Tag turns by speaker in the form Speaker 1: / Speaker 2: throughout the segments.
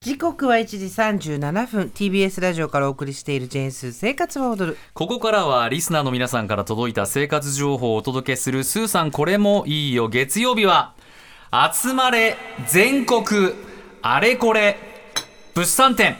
Speaker 1: 時刻は1時37分 TBS ラジオからお送りしている「ジェーンスー生活は踊る
Speaker 2: ここからはリスナーの皆さんから届いた生活情報をお届けする「スーさんこれもいいよ」月曜日は「集まれ全国あれこれ物産展」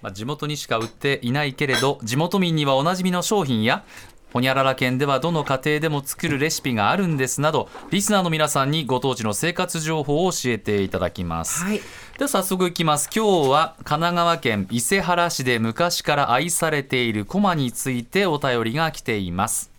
Speaker 2: まあ、地元にしか売っていないけれど地元民にはおなじみの商品やほにゃらら県ではどの家庭でも作るレシピがあるんですなどリスナーの皆さんにご当地の生活情報を教えていただきます、
Speaker 1: はい
Speaker 2: では早速いきます今日は神奈川県伊勢原市で昔から愛されているコマについてお便りが来ています、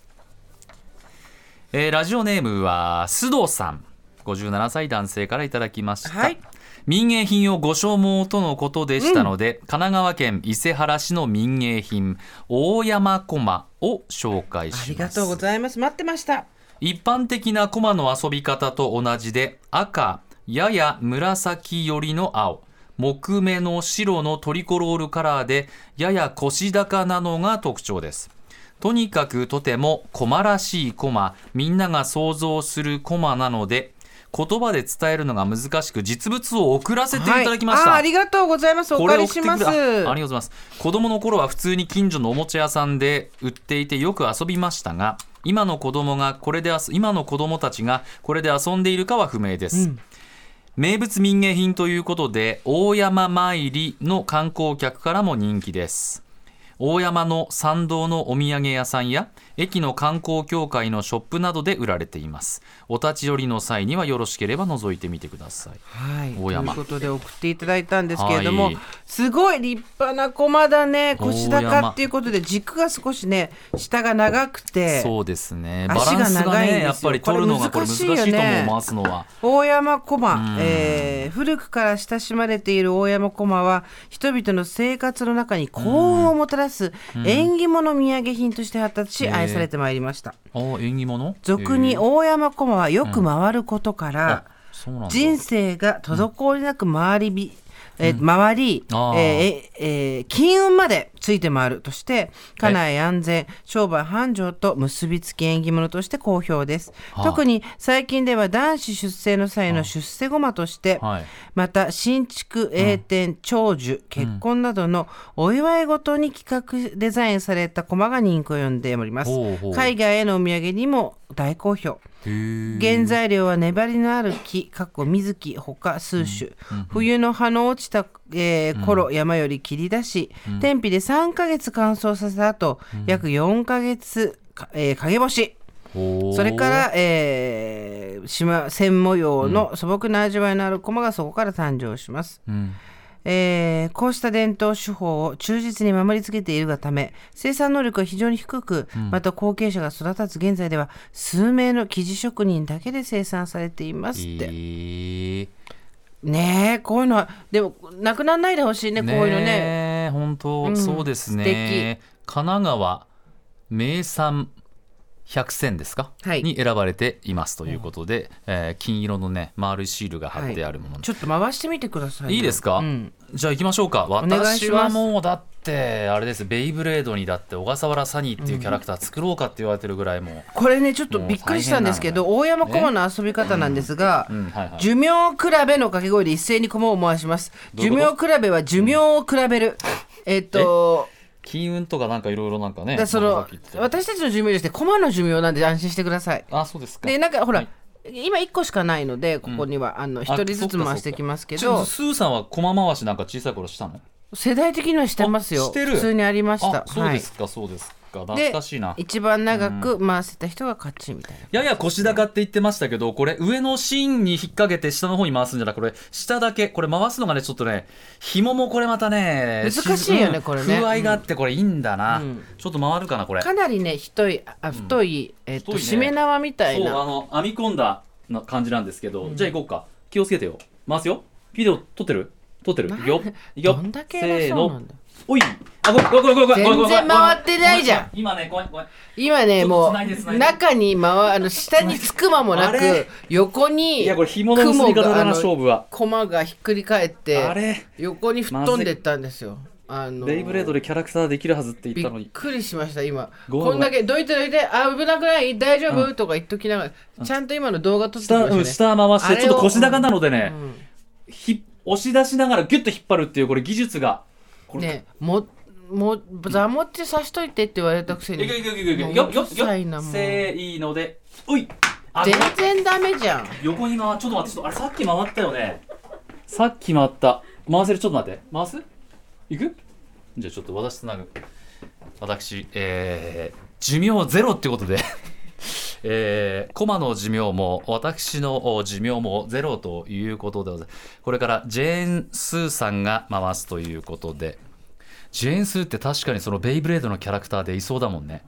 Speaker 2: えーラジオネームは須藤さん57歳男性からいただきました、
Speaker 1: はい
Speaker 2: 民芸品をご消耗とのことでしたので、神奈川県伊勢原市の民芸品大山駒を紹介」
Speaker 1: あ
Speaker 2: します
Speaker 1: りがとうございます待ってました
Speaker 2: 一般的なコマの遊び方と同じで赤やや紫寄りの青木目の白のトリコロールカラーでやや腰高なのが特徴ですとにかくとてもコマらしいコマみんなが想像するコマなので言葉で伝えるのが難しく実物を送らせていただきました、
Speaker 1: はいあありがとうございますお
Speaker 2: これ
Speaker 1: 借
Speaker 2: 送
Speaker 1: り
Speaker 2: って
Speaker 1: し
Speaker 2: くれ
Speaker 1: ます
Speaker 2: あありがとうございます子供の頃は普通に近所のおもちゃ屋さんで売っていてよく遊びましたが今の子供がこれで遊今の子供たちがこれで遊んでいるかは不明です、名物民芸品ということで大山参りの観光客からも人気です大山の参道のお土産屋さんや駅の観光協会のショップなどで売られていますお立ち寄りの際にはよろしければ覗いてみてください
Speaker 1: はい、
Speaker 2: 大山
Speaker 1: ということで送っていただいたんですけれども、
Speaker 2: はい
Speaker 1: すごい立派な駒だね腰
Speaker 2: 大山
Speaker 1: 高っていうことで軸が少しね下が長くて
Speaker 2: そうですね。バ
Speaker 1: 足
Speaker 2: ラ
Speaker 1: が
Speaker 2: ンスが
Speaker 1: 長いんですよ
Speaker 2: ね、やっぱり取るのがこれ難しいと
Speaker 1: これ難しいよね
Speaker 2: 思う、回すのは。
Speaker 1: 大山駒、えー古くから親しまれている大山駒は人々の生活の中に幸運をもたらす縁起物土産品として発達し
Speaker 2: へー
Speaker 1: 愛されてまいりました
Speaker 2: ああ、縁起物
Speaker 1: 俗に
Speaker 2: へー
Speaker 1: 大山駒はよく回ることから
Speaker 2: あ、そうなんだ。
Speaker 1: 人生が滞りなく回りび、えー回り、え
Speaker 2: あ
Speaker 1: ー
Speaker 2: ー
Speaker 1: えーえー金運までついて回るとして家内安全商売繁盛と結びつき縁起物として好評です、
Speaker 2: はあ
Speaker 1: 特に最近では男子出生の際の出世駒として、
Speaker 2: はい
Speaker 1: また新築栄転長寿結婚などのお祝いごとに企画デザインされた駒が人気を呼んでおります
Speaker 2: ほうほう
Speaker 1: 海外へのお土産にも大好評
Speaker 2: へー
Speaker 1: 原材料は粘りのある木かっこ水木ほか数種、冬の葉の落ちた、えー頃、山より切り出し、天日で3ヶ月乾燥させた後、約4ヶ月か、えー陰干し
Speaker 2: ほう
Speaker 1: それから、えー、縞線模様の素朴な味わいのある駒がそこから誕生します、
Speaker 2: うん
Speaker 1: えーこうした伝統手法を忠実に守り続けているがため生産能力が非常に低く、また後継者が育たず現在では数名の生地職人だけで生産されていますって、
Speaker 2: えー
Speaker 1: ねえこういうのはでもなくならないでほしいねこういうのね
Speaker 2: ねえ本当そうですね。神奈川名産100選ですか
Speaker 1: はい
Speaker 2: に選ばれていますということで、えー金色のね、丸いシールが貼ってあるもの
Speaker 1: ちょっと回してみてくださいよ
Speaker 2: いいですか、
Speaker 1: うん
Speaker 2: じゃあ行きましょうか
Speaker 1: 願いし
Speaker 2: 私
Speaker 1: ま
Speaker 2: は
Speaker 1: す
Speaker 2: もうだってあれですベイブレードにだって小笠原サニーっていうキャラクター作ろうかって言われてるぐらいも
Speaker 1: これねちょっとびっくりしたんですけど大山駒の遊び方なんですが、
Speaker 2: う、うんはいはい、
Speaker 1: 寿命比べの掛け声で一斉に駒を回します。
Speaker 2: どうい
Speaker 1: 寿
Speaker 2: う
Speaker 1: 命
Speaker 2: こと
Speaker 1: 比べは寿命を比べる。えっと、
Speaker 2: 金運とかなんかいろいろなんかね
Speaker 1: だその
Speaker 2: 長崎って
Speaker 1: 私たちの寿命ですね駒の寿命なんで安心してください
Speaker 2: あそうですか
Speaker 1: でなんかほら、
Speaker 2: はい
Speaker 1: 今1個しかないのでここには、あの1人ずつ回していきますけ
Speaker 2: ちょっ
Speaker 1: ど
Speaker 2: とスーさんは駒回しなんか小さい頃したの
Speaker 1: 世代的にはしてます
Speaker 2: あ
Speaker 1: よ
Speaker 2: してる
Speaker 1: 普通にありました
Speaker 2: あそうですか、そうですか
Speaker 1: はい
Speaker 2: 懐かしいな
Speaker 1: で一番長く回せた人が勝ちみたいな、
Speaker 2: やや腰高って言ってましたけどこれ上の芯に引っ掛けて下の方に回すんじゃなくこれ下だけこれ回すのがねちょっとね紐もこれまたね
Speaker 1: 難しいよね
Speaker 2: うん
Speaker 1: これね
Speaker 2: 風合いがあってこれいいんだな、
Speaker 1: うん
Speaker 2: ちょっと回るかなこれ
Speaker 1: かなりね太いあ太い、えっと
Speaker 2: 太いね
Speaker 1: しめ縄みたい
Speaker 2: そうあ
Speaker 1: な
Speaker 2: の編み込んだな感じなんですけど、じゃあ行こうか気をつけてよ回すよビデオ撮ってる撮ってるいくよいくよ
Speaker 1: どんだけ
Speaker 2: せ
Speaker 1: 偉
Speaker 2: ー
Speaker 1: そうな
Speaker 2: の
Speaker 1: んだよ
Speaker 2: おいあごめんごめんごめんごめんごめんごめんごめんごめん
Speaker 1: 全然回ってないじゃん
Speaker 2: 今ねごめんごめん
Speaker 1: 今ね
Speaker 2: ちょっと
Speaker 1: も
Speaker 2: 繋いで繋
Speaker 1: う
Speaker 2: いで
Speaker 1: 中に回あの下につく間もな
Speaker 2: あれ
Speaker 1: く横に
Speaker 2: いやこれ紐の結び方だな勝負は
Speaker 1: 駒がひっくり返って
Speaker 2: あれ
Speaker 1: 横に吹っ飛んでったんですよ。あのー
Speaker 2: レイブレードでキャラクターできるはずって
Speaker 1: び
Speaker 2: 言ったの
Speaker 1: っ
Speaker 2: に
Speaker 1: くりしました今
Speaker 2: ごめん
Speaker 1: こんだけどいてどいてあ危なくない大丈夫、とか言っときながらちゃんと今の動画撮ってきま
Speaker 2: 下,、
Speaker 1: した
Speaker 2: う
Speaker 1: ね
Speaker 2: ん、下回し
Speaker 1: あ
Speaker 2: て
Speaker 1: れを
Speaker 2: ちょっと腰高なのでね、
Speaker 1: うん
Speaker 2: ひ押し出しながらギュッと引っ張るっていうこれ技術がこれ
Speaker 1: ねもも座持ちさしといてって言われたくせ
Speaker 2: いく
Speaker 1: に
Speaker 2: いくいくいくいくよ
Speaker 1: もう
Speaker 2: よよ
Speaker 1: うるさいなもう
Speaker 2: せーいいのでおいあ
Speaker 1: 全然ダメじゃん
Speaker 2: 横に回ちょっと待ってちょっとあれさっき回ったよねさっき回った回せるちょっと待って回すいくじゃあちょっと私つなぐ私えー、寿命ゼロってことで えー、駒の寿命も私のお寿命もゼロということでございますこれからジェーン・スーさんが回すということでジェーン・スーって確かにそのベイブレードのキャラクターでいそうだもんね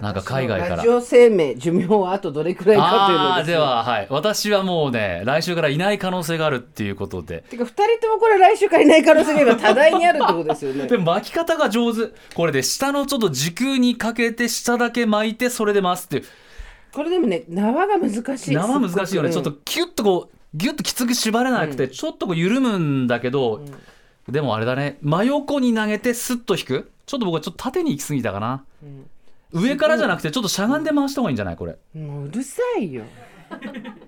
Speaker 2: なんか海外から
Speaker 1: ラジオ生命寿命はあとどれくらいかというの
Speaker 2: あ
Speaker 1: で
Speaker 2: ー
Speaker 1: す
Speaker 2: では、はい、私はもうね来週からいない可能性があるっていうことで
Speaker 1: てか2人ともこれ来週からいない可能性が今多大にあるってことですよね
Speaker 2: で巻き方が上手これで下のちょっと時空にかけて下だけ巻いてそれで回すっていう
Speaker 1: これでもね縄が難しい
Speaker 2: 生難しいよね
Speaker 1: す
Speaker 2: ちょ
Speaker 1: ご
Speaker 2: っ
Speaker 1: く
Speaker 2: とキュッとこうギュッときつく縛れなくて、ちょっとこう緩むんだけど、でもあれだね真横に投げてスッと引くちょっと僕はちょっと縦に行き過ぎたかな、上からじゃなくてちょっとしゃがんで回した方がいいんじゃないこれ
Speaker 1: うんもううるさいよ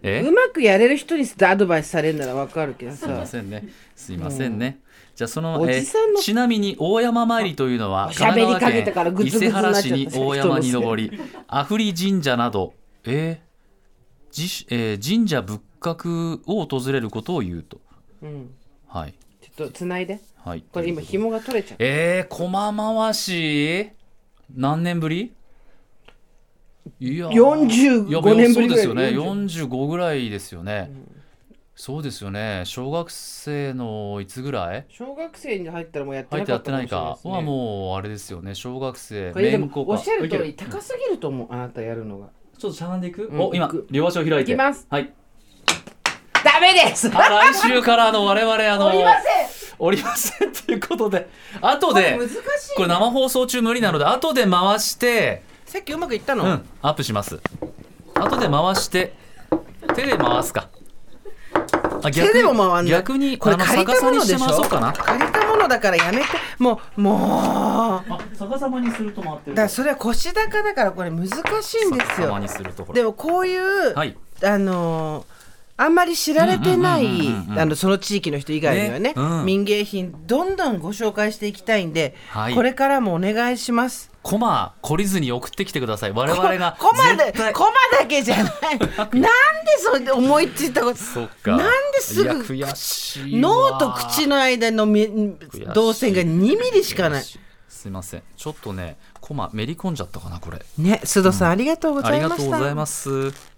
Speaker 2: え
Speaker 1: うまくやれる人にアドバイスされるならわかるけど
Speaker 2: すいま
Speaker 1: さ
Speaker 2: せんね。すいませんね。じゃあその
Speaker 1: おじさんの
Speaker 2: えーちなみに大山参りというのは
Speaker 1: おしゃべり
Speaker 2: 神奈
Speaker 1: かけたからグ
Speaker 2: 川県伊
Speaker 1: ツグツ
Speaker 2: 勢
Speaker 1: になっちゃった
Speaker 2: 原市に大山に登り、阿夫利神社など、えーじしえー神社仏閣を訪れることを言うと。
Speaker 1: うん
Speaker 2: はい
Speaker 1: ちょっとつないで
Speaker 2: はい。
Speaker 1: これ今紐が取れちゃう
Speaker 2: えー、駒回し何年ぶりいやー
Speaker 1: 45
Speaker 2: いやそう
Speaker 1: 年ぶりぐらい
Speaker 2: ですよね45ぐらいですよね、そうですよね小学生のいつぐらい
Speaker 1: 小学生に入ったらもうやって
Speaker 2: 入
Speaker 1: な
Speaker 2: って
Speaker 1: かっ
Speaker 2: やって
Speaker 1: た
Speaker 2: ない
Speaker 1: もしれない
Speaker 2: か
Speaker 1: ですね
Speaker 2: はもうあれですよね小学生
Speaker 1: これでも
Speaker 2: 面子か
Speaker 1: おっしゃる通
Speaker 2: い
Speaker 1: り
Speaker 2: け
Speaker 1: 高すぎると思うあなたやるのが
Speaker 2: ちょっとしゃがんでいく、
Speaker 1: うん
Speaker 2: お今
Speaker 1: いく
Speaker 2: 両足を開いて
Speaker 1: いきます
Speaker 2: はい
Speaker 1: ダメです
Speaker 2: あ来週からあの我々あの
Speaker 1: おりませ
Speaker 2: おりません ということで後
Speaker 1: ん
Speaker 2: で
Speaker 1: 難しい
Speaker 2: これ生放送中無理なので後で回して
Speaker 1: さっきうまくいったの、
Speaker 2: うん、アップします。後で回して、手で回すか。あ逆に
Speaker 1: 手でも回んない
Speaker 2: 逆に、
Speaker 1: これ
Speaker 2: あの
Speaker 1: 借りたものでしょ
Speaker 2: 逆さにして回そうかな。
Speaker 1: 借りたものだからやめてもうもうだか
Speaker 2: あ、逆さまにすると回ってる
Speaker 1: らそれは腰高だからこれ難しいんです
Speaker 2: 逆さま
Speaker 1: よ
Speaker 2: にするところ。
Speaker 1: でもこういう、
Speaker 2: はい
Speaker 1: あのーあんまり知られてない
Speaker 2: うんうんうんうんうんうん
Speaker 1: あのその地域の人以外にはね
Speaker 2: ねうん
Speaker 1: 民芸品どんどんご紹介していきたいんで、
Speaker 2: はい
Speaker 1: これからもお願いします。
Speaker 2: コマ、懲りずに送ってきてください。我
Speaker 1: コ
Speaker 2: 々
Speaker 1: マ
Speaker 2: が。
Speaker 1: で
Speaker 2: 絶対
Speaker 1: コマだけじ ゃないなんでそれで思いついたこと
Speaker 2: そっか。
Speaker 1: なんですぐ
Speaker 2: いや悔しいわ
Speaker 1: 脳と口の間のみ
Speaker 2: しい
Speaker 1: 動線が2ミリしかない。
Speaker 2: すいません。ちょっとね、コマ、めり込んじゃったかな、これ。
Speaker 1: ね、須藤さん、ありがとうご
Speaker 2: あ
Speaker 1: ざ
Speaker 2: り
Speaker 1: い
Speaker 2: が
Speaker 1: ま
Speaker 2: とう
Speaker 1: し
Speaker 2: ござい
Speaker 1: た。
Speaker 2: ます。